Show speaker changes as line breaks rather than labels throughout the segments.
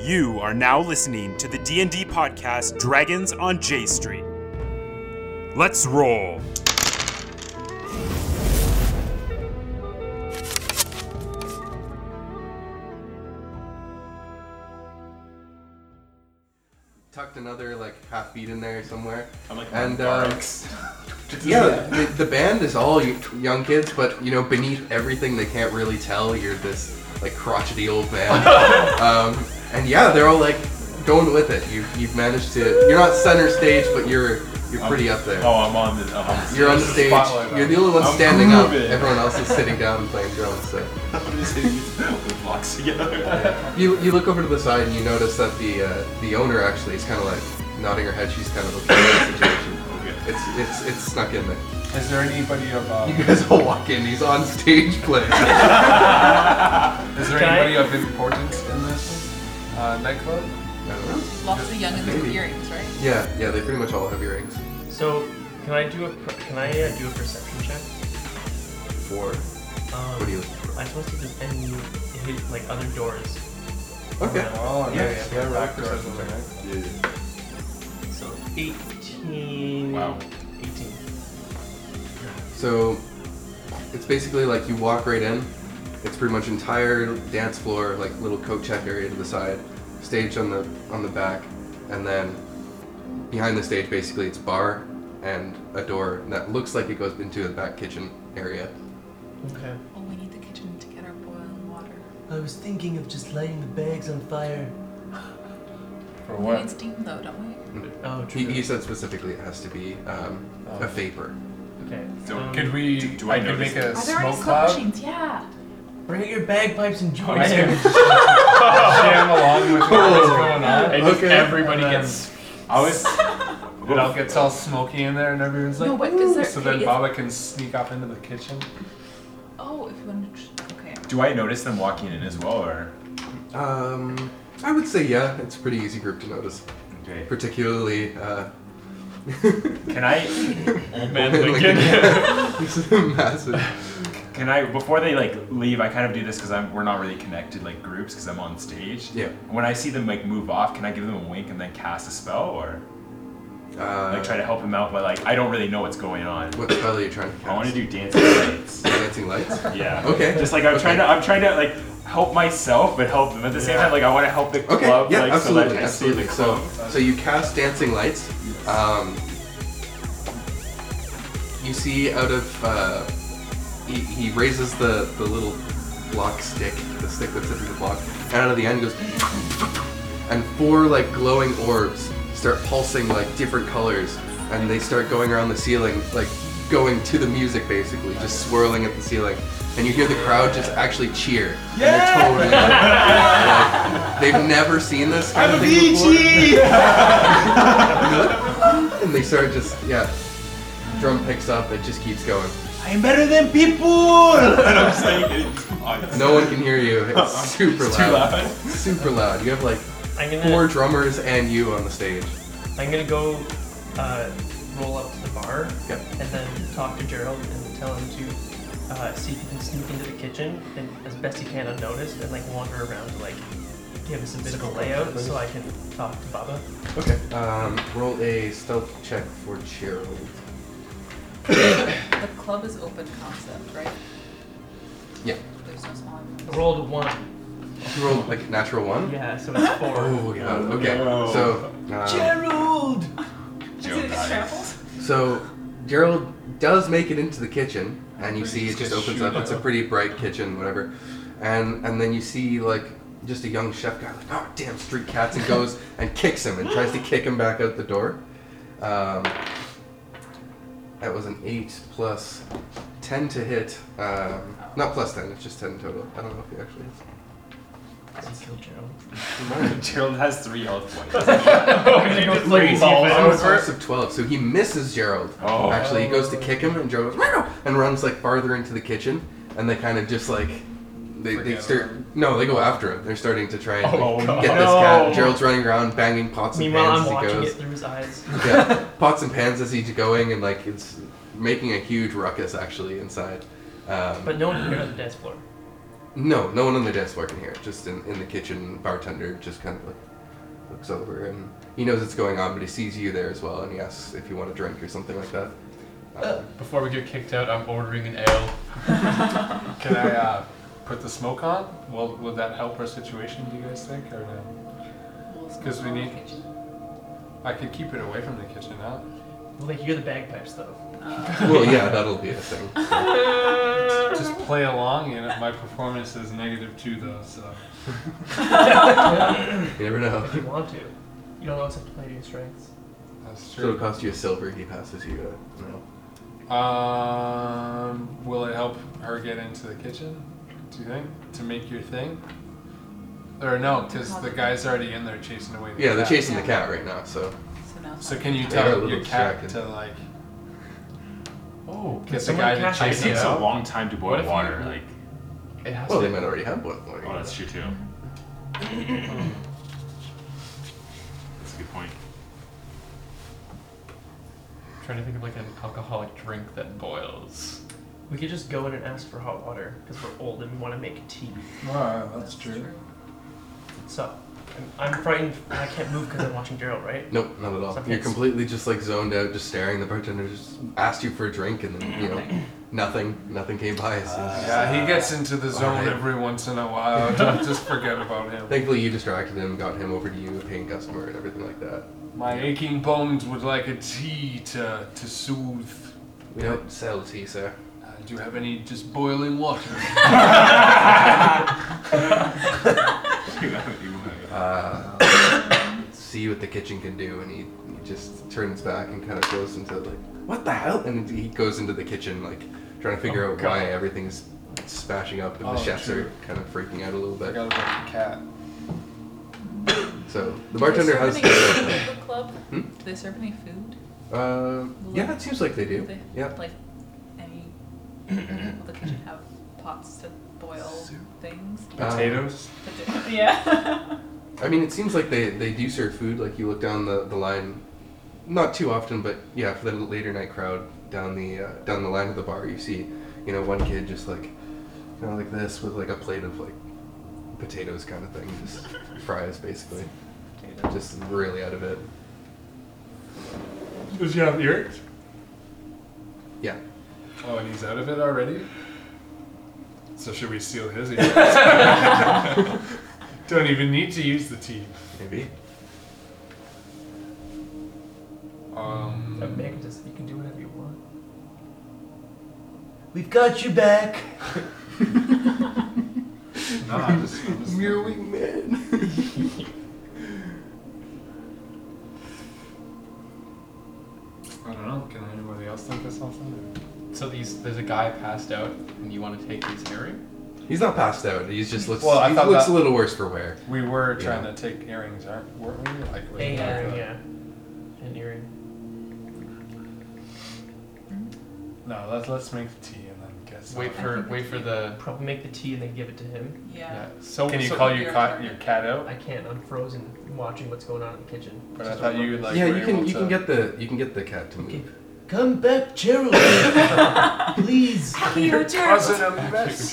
You are now listening to the D&D podcast Dragons on J Street. Let's roll.
tucked another like half beat in there somewhere.
I'm like,
and uh,
barks.
yeah, the, the band is all y- young kids, but you know, beneath everything, they can't really tell you're this like crotchety old man. um, and yeah, they're all like going with it. You you've managed to. You're not center stage, but you're you're pretty up there.
oh, I'm on the. I'm on the
You're on the stage.
spotlight
You're the only one
I'm
standing up.
grooving.
Everyone else is sitting down and playing drums. So
I'm just hitting with blocks together.
you you look over to the side and you notice that the uh, the owner actually is kind of like nodding her head. She's kind of looking at the situation.
okay. Oh.
It's it's it's snuck in there.
Is there anybody of
You
um,
guys all walk in. He's on stage playing.
is there
Can I-
anybody of importance in this uh, nightclub?
Lots of young and
Maybe.
the earrings, right?
yeah, yeah. They pretty much all have earrings.
So, can I do a per- can I uh, do a perception check?
Four.
Um,
What are you looking for?
I'm supposed to just and hit like other doors.
Okay.
Oh,
Yeah,
nice. Yeah, rock
Rock
doors
doors.
in the nightclub.
So 18.
Wow.
18.
So it's basically like you walk right in. It's pretty much entire dance floor, like little coat check area to the side, stage on the on the back, and then behind the stage, basically it's bar and a door that looks like it goes into the back kitchen area.
Okay.
Well, we need the kitchen to get our boiling water.
I was thinking of just lighting the bags on fire.
For
We need
what?
steam though, don't we?
Oh,
He,
true.
he said specifically it has to be um, a vapor.
Okay.
So,
um,
Could we?
Do- do I
I, could
notice
make a
Are there any
smoke
smoke
cloud.
machines? Yeah.
bring out your bagpipes and join
I
us.
can jam along with what's going on.
And just
Okay.
everybody
And then-
gets. I was.
It all gets all smoky in there, and everyone's like,
No, but is
"Ooh,"
there-
so then
is-
Baba can sneak off into the kitchen.
Oh, if you want to. tr- Okay.
Do I notice them walking in as well, or?
Um, I would say yeah, it's a pretty easy group to notice,
Okay.
particularly uh,
Can I, old man Lincoln?
Lincoln. massive.
Can I, before they like leave, I kind of do this because I'm we're not really connected like groups because I'm on stage.
Yeah.
When I see them like move off, can I give them a wink and then cast a spell, or like
Uh,
try to help them out? But like I don't really know what's going on.
what spell are you trying to cast?
I want to do dancing lights.
dancing lights.
Yeah.
Okay.
Just like I'm
Okay.
trying to, I'm trying to like help myself, but help them at the same time. Like I want to help the
Okay.
club,
yeah,
like
absolutely,
so that I
absolutely.
see the
so,
club.
so you cast dancing lights. Um, you see out of uh, he, he raises the the little block stick, the stick that's in the block, and out of the end goes, and four like glowing orbs start pulsing like different colors, and they start going around the ceiling like going to the music basically, just swirling at the ceiling, and you hear the crowd just actually cheer. Yeah! And they're totally like, they've never seen this kind of thing before. and they start just yeah. Drum picks up, it just keeps going.
I'm better than people. and I'm saying, it's
No one can hear you. It's super
Uh-uh. too
loud.
loud.
Super loud. You have like
I'm gonna
four drummers and you on the stage.
I'm gonna go uh, roll up to the bar
Yep.
and then talk to Gerald and tell him to uh, see if he can sneak into the kitchen and as best he can unnoticed and like wander around to like give us a bit of a layout so I can talk to Baba.
Okay. Um, roll a stealth check for Gerald.
The club is open concept, right?
Yeah.
There's no small.
I rolled one.
You rolled like natural one.
Yeah, so it's four.
Oh god. Okay.
No.
So um,
Gerald!
Joe dies.
so Gerald does make it into the kitchen, and you see it just opens up. It's a pretty bright kitchen, whatever. And and then you see like just a young chef guy like, oh damn, street cats, and goes and kicks him and tries to kick him back out the door. Um, that was an eight plus ten to hit. Um, not plus ten. It's just ten total. I don't know if he actually.
Does he kill Gerald?
Gerald has three health points.
Oh, it's Max of 12, so he misses Gerald.
Oh.
Actually, he goes to kick him, and Gerald goes, "Meow," and runs like farther into the kitchen, and they kind of just like. They, they
Forget
start. No, they go after him. They're starting to try and
Oh,
like,
God.
get this
No.
cat. Gerald's running around banging pots and
Meanwhile, I'm
pans as he
watching it
goes.
through his eyes.
yeah, pots and pans as he's going, and like it's making a huge ruckus actually inside. Um,
But no one can hear it on the dance floor.
No, no one on the dance floor can hear it. Just in, in the kitchen, bartender just kind of like looks over and he knows it's going on, but he sees you there as well, and he asks if you want a drink or something like that. Um,
Before we get kicked out, I'm ordering an ale.
Can I uh, put the smoke on? Will, will that help our situation, do you guys think? Or no?
We'll smoke
'Cause we
in the
need-
kitchen.
I could keep it away from the kitchen, huh?
Well, they hear the bagpipes though.
well, yeah, that'll be a thing.
Just play along, and if my performance is negative two, though, so.
You never know.
If you want to, you don't always have to play to your strengths.
That's
So it'll
true.
cost you a silver. He passes you a no.
Um, will it help her get into the kitchen? Do you think to make your thing? Or no, because the guy's already in there chasing away. The
Yeah, they're
cat.
chasing the cat right now, so
So now.
So can you
They are a
tell
little
your cat
distracted.
to like
Oh,
get the
someone
guy to
catch-
chase
It
it
takes a
out?
long time to
What
boil
if
water.
you-
Like,
It has
well
to
they might already have one. Like,
oh, that's true too. That's a good point.
I'm trying to think of like an alcoholic drink that boils.
We could just go in and ask for hot water because we're old and we want to make tea.
Oh,
That's true.
So, I'm, I'm frightened. I can't move because I'm watching Gerald, right?
Nope, not at all.
Something
You're
that's-
completely just like zoned out, just staring. The bartender just asked you for a drink, and then you know, nothing, nothing came by. So
Uh, Yeah, he gets into the zone
Alright.
every once in a while. Don't just forget about him.
Thankfully, you distracted him, got him over to you, a paying customer, and everything like that.
My aching bones would like a tea to to soothe.
We don't sell tea, sir.
Uh, do you have any just boiling water?
Uh, see what the kitchen can do, and he, he just turns back and kind of goes into like, what the hell? And he goes into the kitchen like trying to figure
Oh,
out
God.
why everything's smashing up, and
Oh,
the chefs
true.
are kind of freaking out a little
I
bit.
got about the cat.
Um, So the bartender
Do
has.
they serve any food at the club?
Hmm?
Do they serve any food?
Uh, yeah, it seems like they
Do
do.
they
Yeah.
like any? Will the kitchen have pots to boil
Soup.
things?
Um,
Potatoes.
yeah.
I mean, it seems like they, they do serve food. Like you look down the, the line, not too often, but yeah, for the later night crowd down the uh, down the line of the bar, you see, you know, one kid just like kind of like this with like a plate of like potatoes kind of thing, just fries basically, just really out of it.
Does he have ears?
Yeah.
Oh, and he's out of it already? So should we seal his ears? Don't even need to use the tea.
Maybe.
Um,
A man can just you can do whatever you want.
We've got your back.
no, I'm just, I'm just
man.
I don't know. Can anybody else think of something?
So these, there's a guy passed out, and you want to take his earring?
He's not passed out. He's just looks.
Well, I
he
thought
looks
that-
a little worse for wear.
We were
Yeah.
trying to take earrings, aren't weren't we? Like, was
A
it like uh,
earring,
a-
yeah. An earring.
No, let's let's make the tea and then guess.
Oh,
Wait for, wait for the.
Probably make the tea and then give it to him.
Yeah.
Yeah.
So
Can you
so-
call your cat your cat out?
I can't. I'm frozen watching what's going on in the kitchen.
But I thought you like.
yeah,
were
you can
able
you
to-
can get the you can get the cat to move.
Come back, Gerald. Please.
You're
Causing a mess.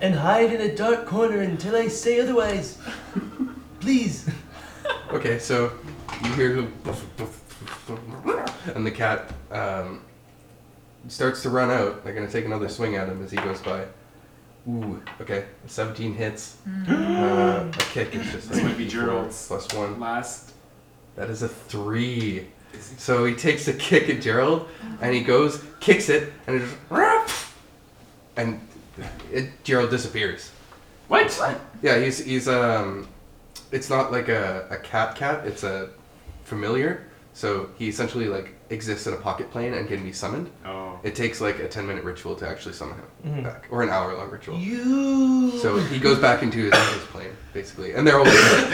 And hide in a dark corner until I say otherwise. Please.
Okay, so you hear the and the cat um, starts to run out. They're gonna take another swing at him as he goes by. Ooh, okay, seventeen hits. Uh, a kick is just
This
like
might be
D4
Gerald's.
plus one.
Last.
That is a three. So he takes a kick at Gerald, and he goes, kicks it, and it just and it, Gerald disappears.
What?
Yeah, he's he's um, it's not like a, a cat cat. It's a familiar. So he essentially like exists in a pocket plane and can be summoned.
Oh.
It takes like a ten minute ritual to actually summon him
Mhm.
back, or an hour long ritual.
Mm-hmm. You.
So he goes back into his, his plane basically, and they're all like,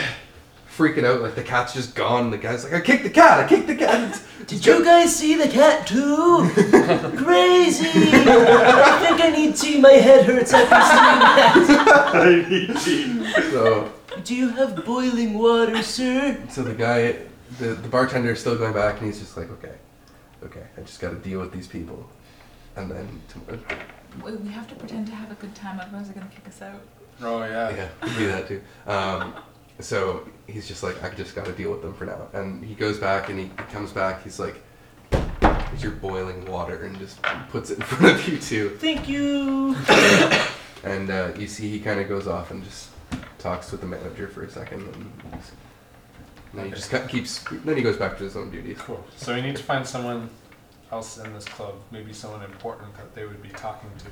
freaking out. Like the cat's just gone. The guy's like, I kicked the cat. I kicked the cat.
Did you guys see the cat too? Crazy. I think I need tea. My head hurts after seeing that.
So
Do you have boiling water, sir?
so the guy, the the bartender is still going back, and he's just like, okay, okay, I just got to deal with these people, and then. tomorrow
We we have to pretend to have a good time, otherwise they're gonna kick us out.
Oh yeah.
Yeah, do that too. Um, so he's just like, I just got to deal with them for now. And he goes back and he, he comes back. He's like, "Here's your boiling water," and just puts it in front of you too.
Thank you.
And uh, you see, he kind of goes off and just talks with the manager for a second, and, he's- and then he just got, keeps. Then he goes back to his own duties.
Cool. So we need to find someone else in this club, maybe someone important that they would be talking to.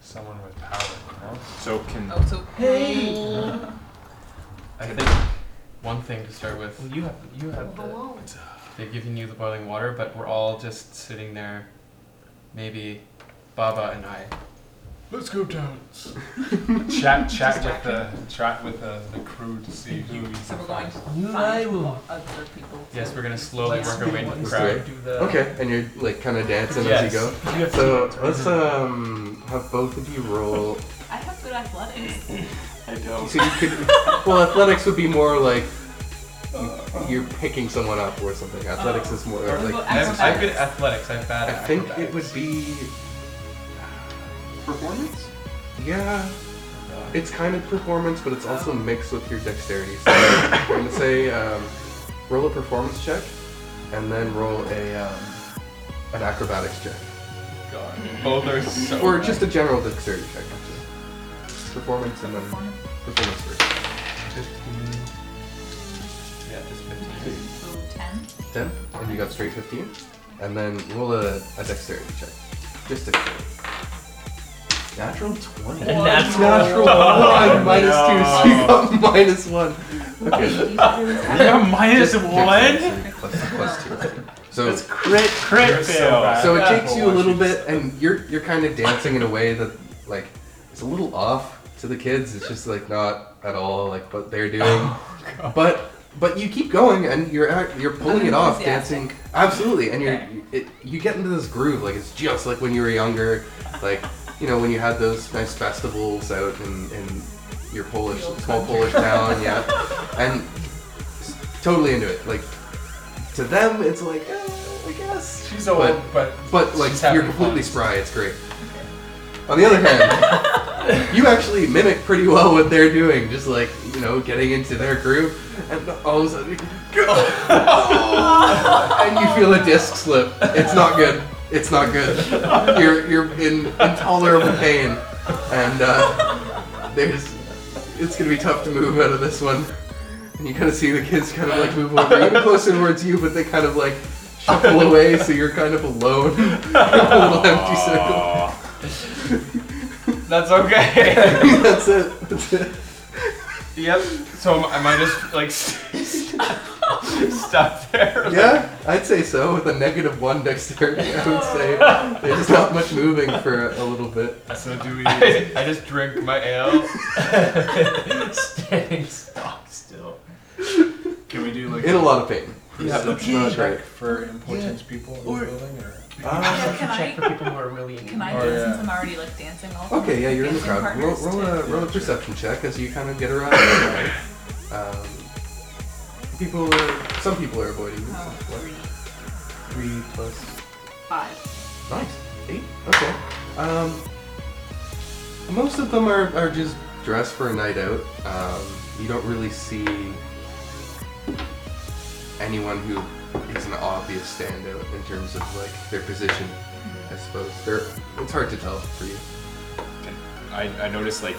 Someone with power, you know?
So can
Oh, so
Hey.
I think one thing to start with.
you have you have the
Hello.
They've given you the boiling water, but we're all just sitting there. Maybe Baba and I.
Let's go dance. chat, chat with the chat with the, the crew to see who we
So
can
we're going
find.
to
You and
find
I will.
other people.
Yes, we're gonna slowly
Let's
work our way into the
do
crowd.
it. Okay, and you're like kind of dancing as
Yes.
you go.
You have
So let's um have both of you roll.
I have good athletics.
I don't.
So you could. Well, athletics would be more like you, are picking someone up or something. Athletics is more
Or
What
like.
about
to- I'm, I'm good at
acrobatics?
athletics. I'm bad
I
at
think it
acrobatics.
would be.
Performance?
Yeah. It's kind of performance, but it's also mixed with your dexterity. So I'm going to say um, roll a performance check, and then roll a um, an acrobatics check,
God. Both are so.
or
bad.
just a general dexterity check actually. Performance and then performance first.
Yeah, just 15.
So ten.
Ten, and you got straight fifteen, and then roll a, a dexterity check. Just dexterity.
Natural 20.
a natural.
Natural one, minus two, so you got minus one. Okay.
Yeah, minus
Dexterity,
one?
so plus- plus two, right? So
That's crit, crit fail.
So it takes you a little bit, and you're you're kind of dancing in a way that like it's a little off to the kids. It's just like not at all like what they're doing, but but you keep going and you're act- you're pulling it off,
Enthusiastic.
dancing absolutely, and you're it, you get into this groove like it's just like when you were younger, like you know when you had those nice festivals out in, in your Polish small Polish town, yeah, and s- totally into it. Like to them, it's like eh, I guess
She's old,
But-
but
but like
she's having
you're completely
fun.
spry. It's great. On the other hand, you actually mimic pretty well what they're doing, just like you know, getting into their groove, and all of a sudden, you go, and you feel a disc slip. It's not good. It's not good. You're you're in intolerable pain, and uh, there's it's gonna be tough to move out of this one. And you kind of see the kids kind of like move over, even closer towards you, but they kind of like shuffle away, so you're kind of alone. in a little empty circle.
That's okay.
That's it. That's it.
yep. So am- am I just like stuck there?
Yeah, I'd say so. With a negative one dexterity, I would say there's not much moving for a, a little bit.
So do we?
I, I just drink my ale. Standing stock still.
Can we do like
In a lot of pain.
perception
Okay.
check for important people in
Or-
the building? Or
Yeah, can
check
I?
for people who are really. in
Can I
Oh,
do
yeah.
since I'm already like dancing all
Okay, yeah, you're in the
Dancing
crowd. Roll,
partners
roll,
to-
a, roll a perception check as you kind of get around. um, people are. Some people are avoiding you.
Oh, three,
Three plus
five.
Nice. Eight? Okay. Um, most of them are, are just dressed for a night out. Um, you don't really see anyone who is an obvious standout in terms of like their position, I suppose. They're, it's hard to tell for you.
I, I noticed like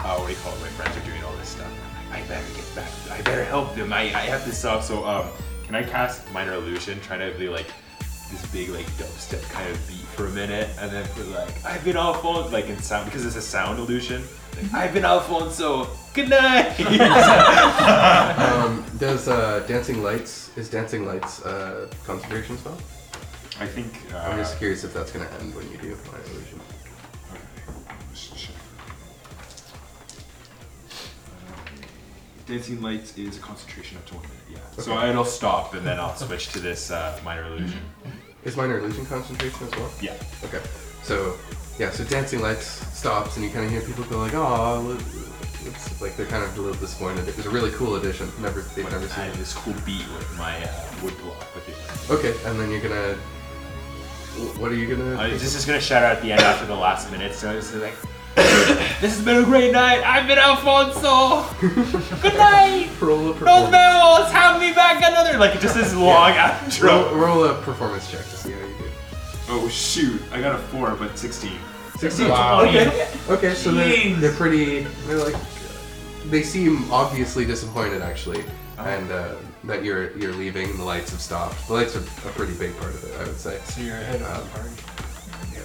uh, what do you call it? My friends are doing all this stuff. I'm like, I better get back. I better help them. I, I have to stop. So um, can I cast minor illusion? Try to be like this big like dubstep kind of beat for a minute, and then put like I've been off on like in sound because it's a sound illusion. Like, I've been off on so good night.
Um, does uh, dancing lights is dancing lights uh, concentration spell?
I think. Uh,
I'm just curious if that's gonna end when you do my illusion.
Dancing Lights is a concentration up to one minute, yeah. So it'll stop and then I'll switch to this uh, minor illusion.
Is minor illusion concentration as well?
Yeah.
Okay. So, yeah, so Dancing Lights stops, and you kind of hear people go like, "Oh, it's like they're kind of a little disappointed." It was a really cool addition. Never, they've never seen
I
it.
have this cool beat with my uh, wood block with it.
Okay, and then you're gonna Wh- What are you gonna?
I was just, just gonna shout out at the end after the last minute, so it's like, this has been a great night. I've been Alfonso. Good night.
roll a
Los
performance.
vemos. Have me back another. Like just this long
Roll,
outro.
roll a performance check to see how you do.
Oh shoot! I got a four, but sixteen.
Sixteen.
Wow.
Okay. Okay. So they're,
Jeez.
they're pretty. They're like. They seem obviously disappointed, actually,
Uh-huh.
and uh, that you're you're leaving. and The lights have stopped. The lights are a pretty big part of it, I would say.
So you're ahead of the party.
Yeah.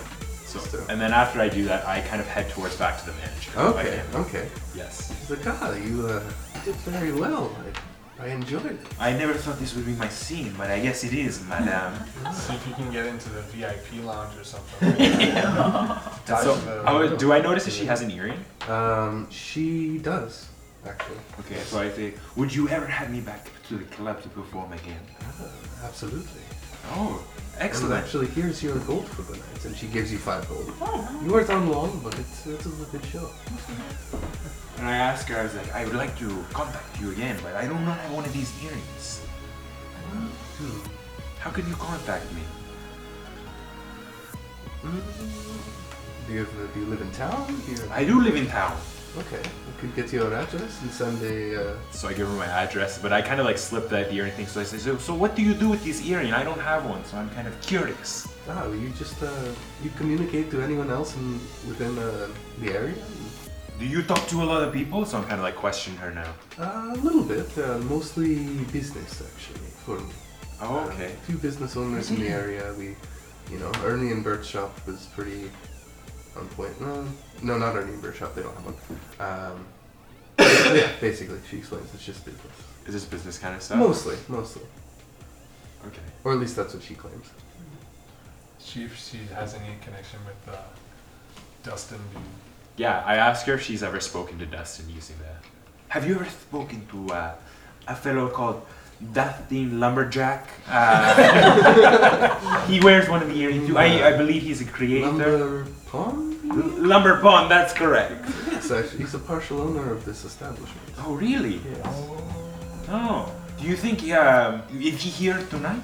So,
So-
and then after I do that, I kind of head towards back to the manager.
Okay.
Like,
Okay.
yes.
He's like, ah, you uh, did very well. I, I enjoyed it.
I never thought this would be my scene, but I guess it is, madame.
See if you can get into the VIP lounge or something. like that. Dive
so,
to the-
I would- do I notice if she has an earring?
Um, she does actually.
Okay, so I say, would you ever have me back to the club to perform again?
Absolutely.
Oh,
Excellent.
excellent.
actually, here's your gold for the night, and she gives you five gold. You weren't on long, but it's, it's a good show.
And I asked her, I was like, I would like to contact you again, but I don't have one of these earrings. How could you contact me?
Do you, have, do you live in town? Do you,
I do live in town.
okay, we could get your address and send a. Uh,
So I give her my address, but I kind of like slip that earring thing. So I say, so, so what do you do with this earring? I don't have one, so I'm kind of curious.
ah, you just uh, you communicate to anyone else in, within uh, the area.
Do you talk to a lot of people? So I'm kind of like questioning her now.
Uh, a little bit, uh, mostly business actually for me.
Oh,
Uh, a few business owners in the area. We, you know, Ernie and Bert's shop was pretty on point. No, no, not Ernie and Bert's shop. They don't have one. Um, yeah, basically, she explains it's just business.
Is this business kind of stuff?
Mostly, mostly,
Okay.
or at least that's what she claims.
See if she has any connection with uh, Dustin.
Yeah, I asked her if she's ever spoken to Dustin using that. Have you ever spoken to uh, a fellow called Dustin Lumberjack? Uh, he wears one of the earrings. too. I, I believe he's a creator.
Lumber Pond?
Lumber Pond, that's correct.
Yes, actually, he's a partial owner of this establishment.
Oh, really?
Yes.
Oh. Do you think um, is he here tonight?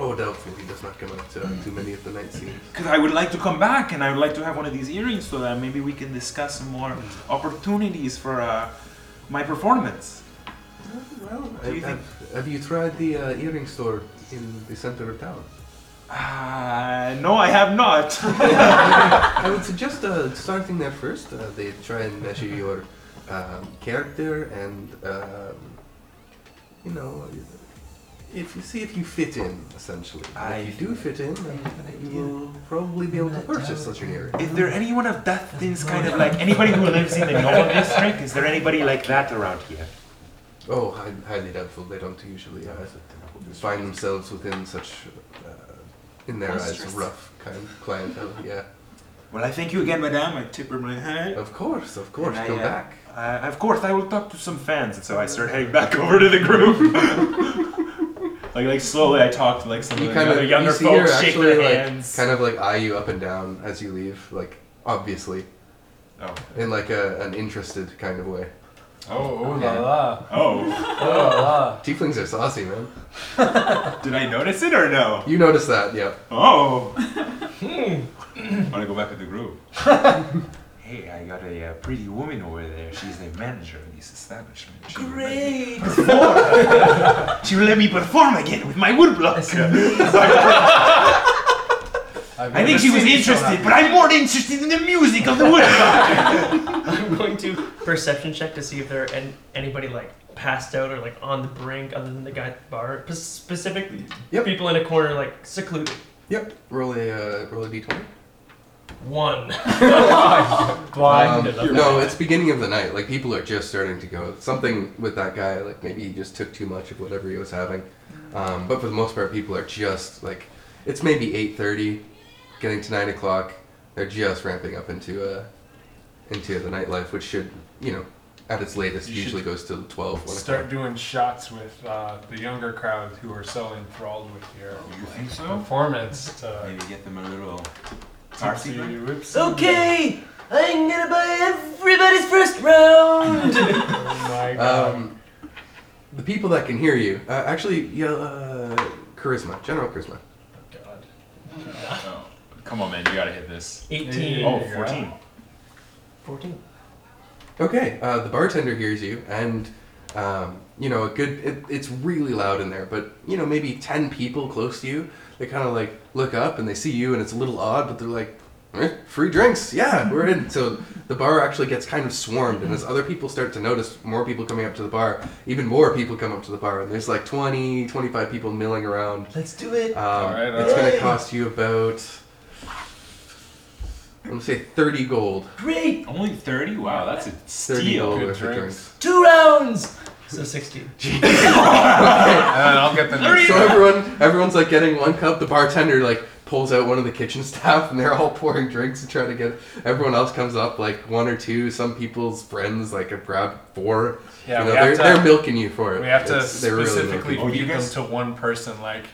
Oh, doubtful. He does not come out to too many of the night scenes.
Because I would like to come back and I would like to have one of these earrings so that maybe we can discuss some more opportunities for uh, my performance.
Well,
Do you
have, have you tried the uh, earring store in the center of town?
Uh, no, I have not.
I would suggest uh, starting there first. Uh, they try and measure
Mm-hmm.
your um, character and, um, you know, if you see if you fit in, essentially.
I-
if you do fit in, then you will probably be able to purchase such an earring.
Is there anyone of that things kind of like anybody who lives in the normal district? Is there anybody like that around here?
Oh, hi- highly doubtful. They don't usually uh, find themselves within such, uh, in their eyes,
Monstrous.
rough kind of clientele. Yeah.
Well, I thank you again, madame. I tip her my hat.
Of course, of course.
And I,
Come
uh,
back.
Uh, of course, I will talk to some fans, and so I start heading back over to the group. like, like slowly, I talk to like some
You
of
kind
the other
of you
younger
see her
folks, shake
actually
their
like
hands.
kind of like eye you up and down as you leave, like obviously in like a, an interested kind of way.
Oh, ooh la la.
oh,
Oh la
Tieflings are saucy, man.
oh! Did I notice it or no?
You notice that, yeah.
Oh. Hmm. Want to go back in the group? hey, I got a uh, pretty woman over there. She's the manager of this establishment. She will let me
Great.
perform. she will let me perform again with my woodblock.
la. I've
I think
never
she was
seen you so
interested,
happy.
but I'm more interested in the music of the woodblock.
I'm going to perception check to see if there are an- anybody like passed out or like on the brink other than the guy at the bar. P- specifically,
Yep.
people in a corner like secluded.
Yep. Roll a uh, roll a d20.
One.
Um,
Blind.
no, it's beginning of the night. Like people are just starting to go. Something with that guy. Like maybe he just took too much of whatever he was having. Um, but for the most part, people are just like it's maybe eight thirty, getting to nine o'clock. They're just ramping up into uh, into the nightlife, which should you know at its latest
You should
usually goes to twelve. 1
Start
o'clock.
doing shots with uh, the younger crowd who are so enthralled with your
Oh, You think so?
performance to
get them a little.
tipsy whipsy.
Okay, I'm gonna buy everybody's first round.
Oh my god.
Um, the people that can hear you uh, actually yell uh, charisma, general charisma.
God.
Oh, come on, man, you gotta hit this.
18.
Oh, 14.
14.
Okay, uh, the bartender hears you, and um, you know a good. It, it's really loud in there, but you know maybe ten people close to you. They kind of like look up and they see you, and it's a little odd, but they're like, eh, "Free drinks, yeah, we're in." So the bar actually gets kind of swarmed, and as other people start to notice more people coming up to the bar, even more people come up to the bar, and there's like 20, 25 people milling around.
Let's do it.
Um,
right, all
it's gonna
right.
cost you about. I'm gonna say 30 gold.
Great.
Only 30? Wow, that's a
30
steal.
gold
good
worth of
drinks.
drinks.
Two rounds.
So 16.
And then I'll get the next
So everyone, everyone's like getting one cup. The bartender like pulls out one of the kitchen staff, and they're all pouring drinks and trying to get. Everyone else comes up like one or two. Some people's friends like have grabbed four.
Yeah,
you know,
we have
they're,
to-
they're milking you for it.
We have to
It's- they're really milking
specifically
you.
Oh, you
feed them
guys-
to one person, like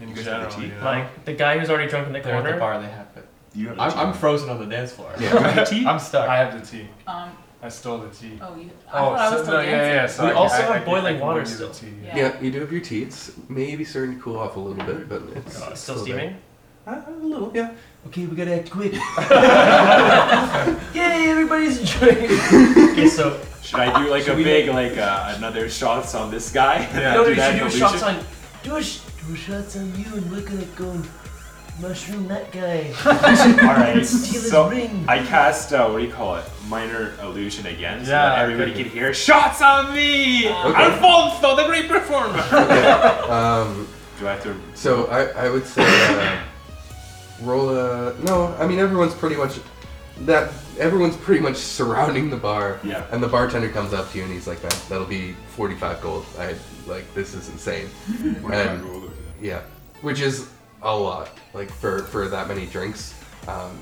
in
guys have
general.
the
You
tea?
know?
Like, the guy who's already drunk in the
They're at the
corner.
bar. They have it.
You have a
I'm, I'm
team.
frozen on the dance floor.
Yeah.
You have a team?
I'm stuck.
I have the tea.
Um,
I stole the tea.
oh, you, I
Oh,
thought I
so-
was still
no, yeah,
dancing.
yeah. yeah, So
We
I,
also
I,
have
I, can-
boiling
I can
water
bring you the
still.
tea.
Yeah.
Yeah, you do have your tea. It's maybe starting to cool off a little bit, but it's
Oh,
It's Oh,
there.
still steaming.
Uh, a little, yeah.
Okay, we gotta act quick. Yay! Everybody's enjoying.
Okay, so
Should I do like a big, like uh, another shots on this guy?
Yeah,
no, no,
Do
you
that
should do
illusion?
shots on.
Two, sh- two shots on you, and we're gonna go and mushroom that guy.
All right.
Steal his
So
ring.
I cast uh, what do you call it? Minor illusion again, so
Yeah,
that everybody
okay.
can hear. Shots on me,
Okay.
Alfonso, the great performer.
Um,
do I have to?
so I, I would say uh, roll a no. I mean everyone's pretty much that everyone's pretty much surrounding the bar.
Yeah.
And the bartender comes up to you and he's like, "That that'll be forty-five gold. I like this is insane." and yeah, which is a lot like for for that many drinks. Um,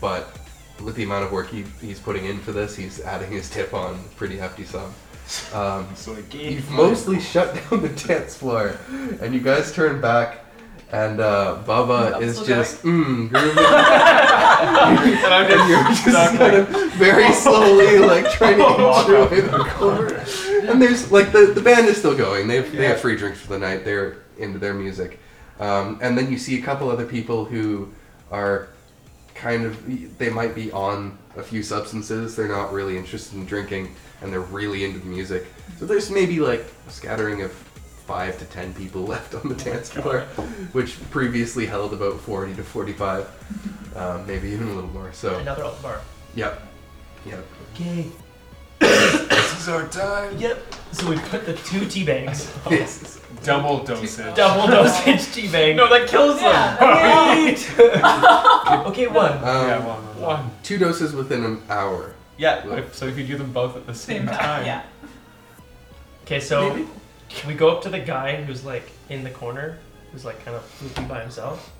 but with the amount of work he, he's putting in for this, he's adding his tip on pretty hefty sum. Um,
So I gave
You've mostly shut down the dance floor, and you guys turn back, and uh, Baba
I'm
is
still
just mm, grooving. and
I'm
you're just kind of very slowly like trying to inch your way back over. And there's like the, the band is still going. They've they have free drinks for the night. They're into their music, um, and then you see a couple other people who are kind of they might be on a few substances they're not really interested in drinking and they're really into the music so there's maybe like a scattering of five to ten people left on the dance floor which previously held about 40 to 45 um, maybe even a little more so
Another open bar.
yep yep
Okay.
This is our time.
Yep. So we put the two tea bags.
Yes.
Double dosage.
Double dosage tea bag. No, that kills
Yeah,
okay, one.
yeah,
um,
one, one, one.
One.
two doses within an hour
Yeah. what if- so if you do them both at the same,
same time. Yeah.
Okay, so we go up to the guy who's like in the corner, who's like kind of looking by himself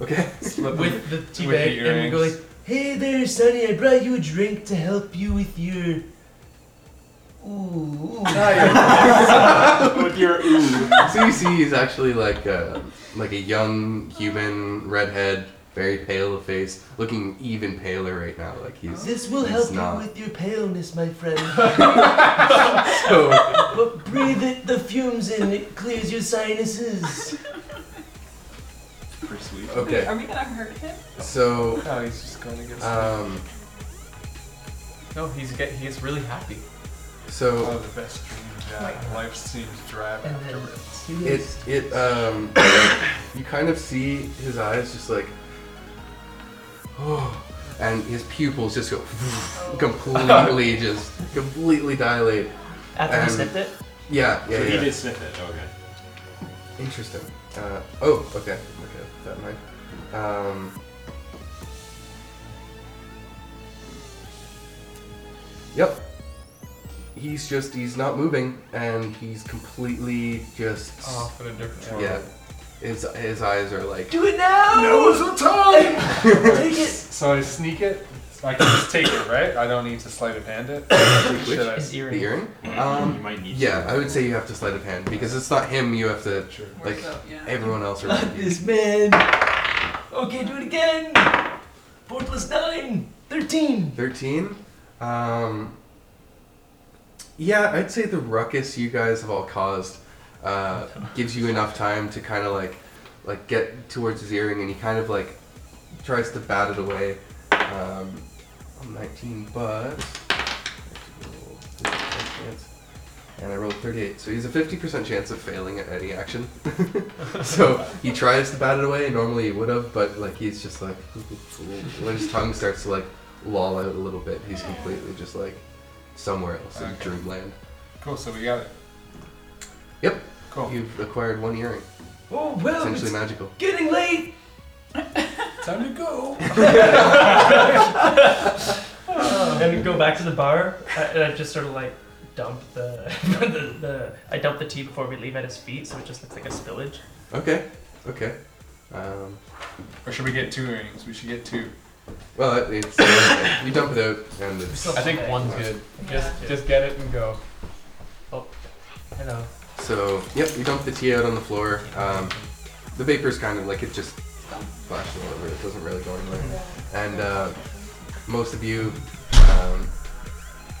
okay
with the tea
With the
bag, and we go
earrings.
like,
Hey there, Sonny. I brought you a drink to help you with your. Ooh. ooh.
with your ooh.
so you see he's actually like a, like a young human redhead very pale of face looking even paler right now like he's
This will
It's
help
not.
you with your paleness, my friend.
Oh.
so
but breathe it, the fumes in, it clears your sinuses.
For sweet.
Wait,
okay
are we gonna hurt him?
so
No, Oh, he's just going to get some.
um
No, he's get he's really happy.
oh,
so
the best dream. Yeah, life seems drab
and then
afterwards.
it it um you kind of see his eyes just like oh and his pupils just go completely just completely dilate
after he
Um,
sniffed it,
yeah yeah,
so he
yeah.
did sniff it. Okay.
Interesting. Uh, oh, okay. Okay, that might. Um, yep. He's just, he's not moving, and he's completely just.
Off in a Oh, different world.
yeah. His, his eyes are like.
Oh. Do it now!
Now's the time!
Take it!
So I sneak it. So I can just take it, right? I don't need to sleight of hand it. Should I?
his
The
earring.
earring?
you
Um,
might need.
yeah, I would say you have to sleight of hand because it's not him, you have to.
Sure.
More
Like,
so, yeah.
everyone else around
Not
you.
this man! Okay, do it again! 4 plus 9! 13!
13 um, yeah i'd say the ruckus you guys have all caused uh, gives you enough time to kind of like like get towards his earring, and he kind of like tries to bat it away. Um, I'm 19, but and I rolled 38, so he's a 50% chance of failing at any action. so he tries to bat it away. Normally he would have, but like he's just like when his tongue starts to like loll out a little bit, he's completely just like somewhere else in
Okay.
dreamland.
Cool, so we got it.
Yep,
Cool.
you've acquired one earring.
Oh, well,
Essentially
it's
magical.
getting late.
Time to go.
And go back to the bar, I, and I just sort of like dump the, the, the I dump the tea before we leave at his feet, so it just looks like a spillage.
Okay, okay. Um,
Or should we get two earrings? We should get two.
well, it- it's uh, you dump it out, and it's
I think one's good. Just
Yeah.
just get it and go. Oh, hello.
so. Yep, you dump the tea out on the floor. Um, the vapor's kind of like it just flashes all over. It doesn't really go anywhere.
Mm-hmm.
and uh, most of you, um,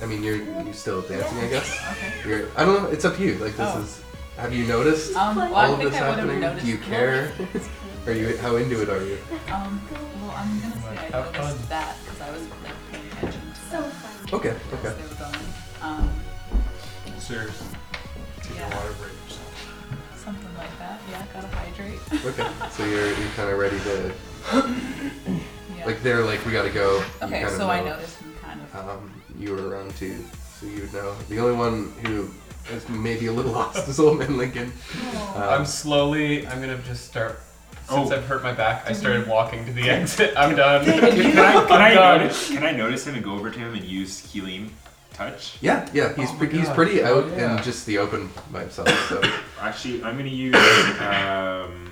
I mean, you're you still dancing, I guess.
Okay.
You're, I don't know. It's up to you. Like this
Oh.
is. Have you noticed
Um, well,
all
I
of
think
this
I would have
happening?
noticed.
Do you care? are you how into it are you?
Um, well, I'm gonna say I
Have
noticed
fun.
that because I was like paying attention to
So
them
funny.
Okay.
as
Okay.
they were going. Um,
Serious. Take
Yeah.
a water break or something.
something like that. Yeah, gotta hydrate.
Okay. So you're you're kind of ready to
Yeah.
like they're like we gotta go. you
okay,
kind
so
of know,
I noticed and kind of.
Um, you were around too, so you would know. The only one who is maybe a little lost is old man Lincoln.
Oh.
Um,
I'm slowly. I'm gonna just start. Since
Oh.
I've hurt my back, I started walking to the exit. I'm done.
Can I, can,
I'm
I
done.
notice, can I notice him and go over to him and use healing touch?
Yeah, yeah, he's
Oh my
pre- he's
God.
pretty out
Oh,
in
yeah.
just the open by himself. So
Actually, I'm gonna use um,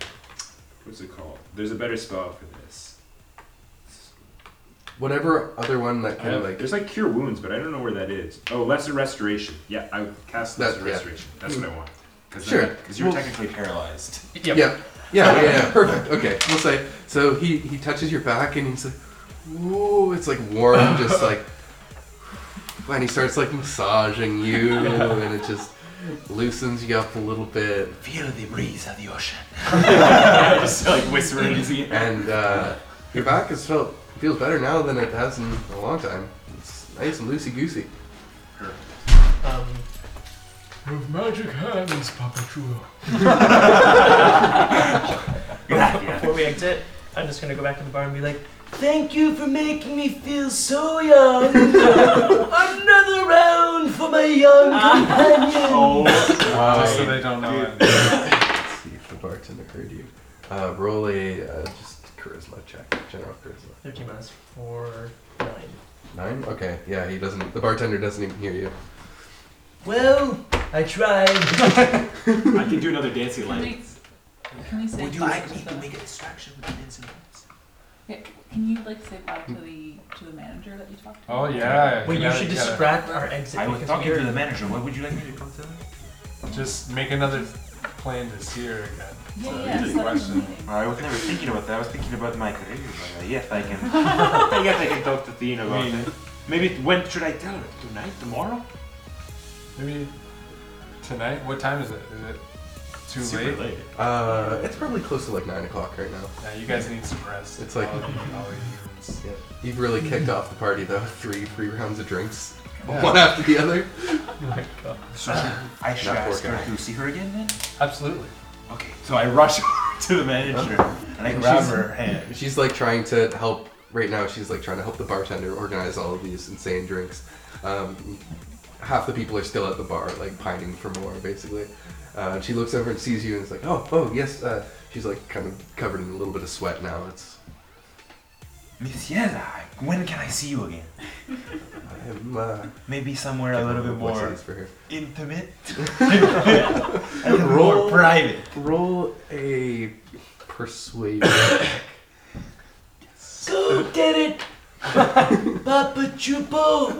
what's it called? There's a better spell for this.
whatever other one that
I
can
have-
like
Um, there's like cure wounds, but I don't know where that is. Oh, lesser restoration. Yeah, I would cast
That-
lesser
yeah.
restoration. That's what I want. Cause
Sure.
Because you're
Well-
technically paralyzed.
Yep.
yeah. Yeah, yeah, yeah, perfect. Okay, we'll say. So he he touches your back and he's like, "Ooh, it's like warm, just like." And he starts like massaging you, and it just loosens you up a little bit.
Feel the breeze of the ocean.
Just like whispering in his ear.
And uh, your back is felt feels better now than it has in a long time. It's nice and loosey goosey.
Um,
With magic hands, Papa Chulo.
before we exit, I'm just gonna go back to the bar and be like,
Thank you for making me feel so young. Another round for my young companion.
Just
Uh,
so they don't know. it.
Let's see if the bartender heard you. Uh, roll a uh, just charisma check, general charisma.
13 minus 4, 9.
Nine. Okay. Yeah, he doesn't. The bartender doesn't even hear you.
Well, I tried.
I can do another dancing
Can
line.
we, can we say
Would you
bye
like
to
me
the-
to make a distraction with the dancing lights?
Yeah, can you like say bye to the to the manager that you talked to?
Oh yeah.
Wait, you
gotta-
should
gotta-
distract our exit.
I was
because
talking
we're-
to the manager. What would you like me to come tell him?
Just make another plan to see her again.
Yeah,
So,
yeah.
easy
so that's
question.
meeting.
I was never thinking about that. I was thinking about my career. But, uh, yes, I can. I guess I can talk to Thea about
mean-
it. Maybe when should I tell her? Tonight? Tomorrow?
Maybe tonight. What time is it? Is it too
Super
late?
late.
Uh, it's probably close to like nine o'clock right now.
Yeah, you guys need some rest.
It's like-
all, all humans.
Yeah. You've really kicked off the party though. Three free rounds of drinks, one after the other.
So I should
Not
ask
poor guy.
her to see her again then?
Absolutely.
Okay.
So I rush over to the manager and I
And
grab
she's-
her hand.
She's like trying to help. Right now, she's like trying to help the bartender organize all of these insane drinks. Um, half the people are still at the bar, like pining for more, basically. Uh, and she looks over and sees you and is like, "Oh, oh, yes." Uh, she's like kind of covered in a little bit of sweat now. It's
Miss Yella, when can I see you again?
I'm uh,
Maybe somewhere a little bit more
voices for her.
intimate? a little more
Roll.
private.
Roll a persuasion.
Go get it, Papa Chupo.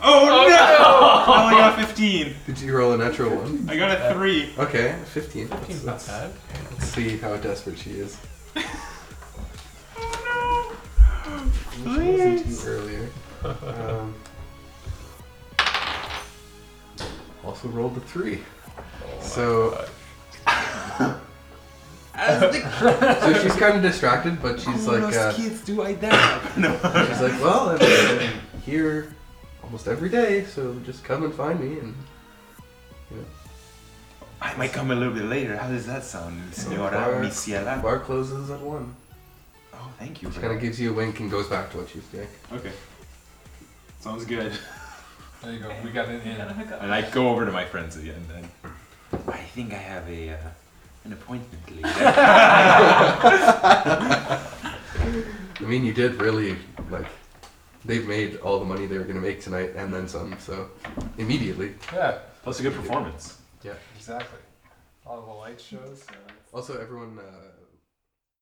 Oh, no! I only got 15.
Did you roll a natural one?
I got a 3.
Okay, 15. Let's,
Seems not
let's,
bad.
let's see how desperate she is. She wasn't too earlier. Um, also rolled a three. so. As the- so she's kind of distracted, but she's like, uh,
kids do I that?
she's like, well, I'm, I'm here almost every day, so just come and find me. And
I might come a little bit later. How does that sound,
bar-
Senora Miciela?
bar closes at one.
Oh, thank you.
She
bro.
kind of gives you a wink and goes back to what she's doing.
Okay. Sounds good.
There you go. We got it in.
And I go over to my friends again then. I think I have a uh, an appointment later.
I mean, you did really like. They've made all the money they were gonna make tonight and then some. So immediately.
Yeah,
Plus a good performance.
exactly. All the light shows.
Also, everyone. Uh,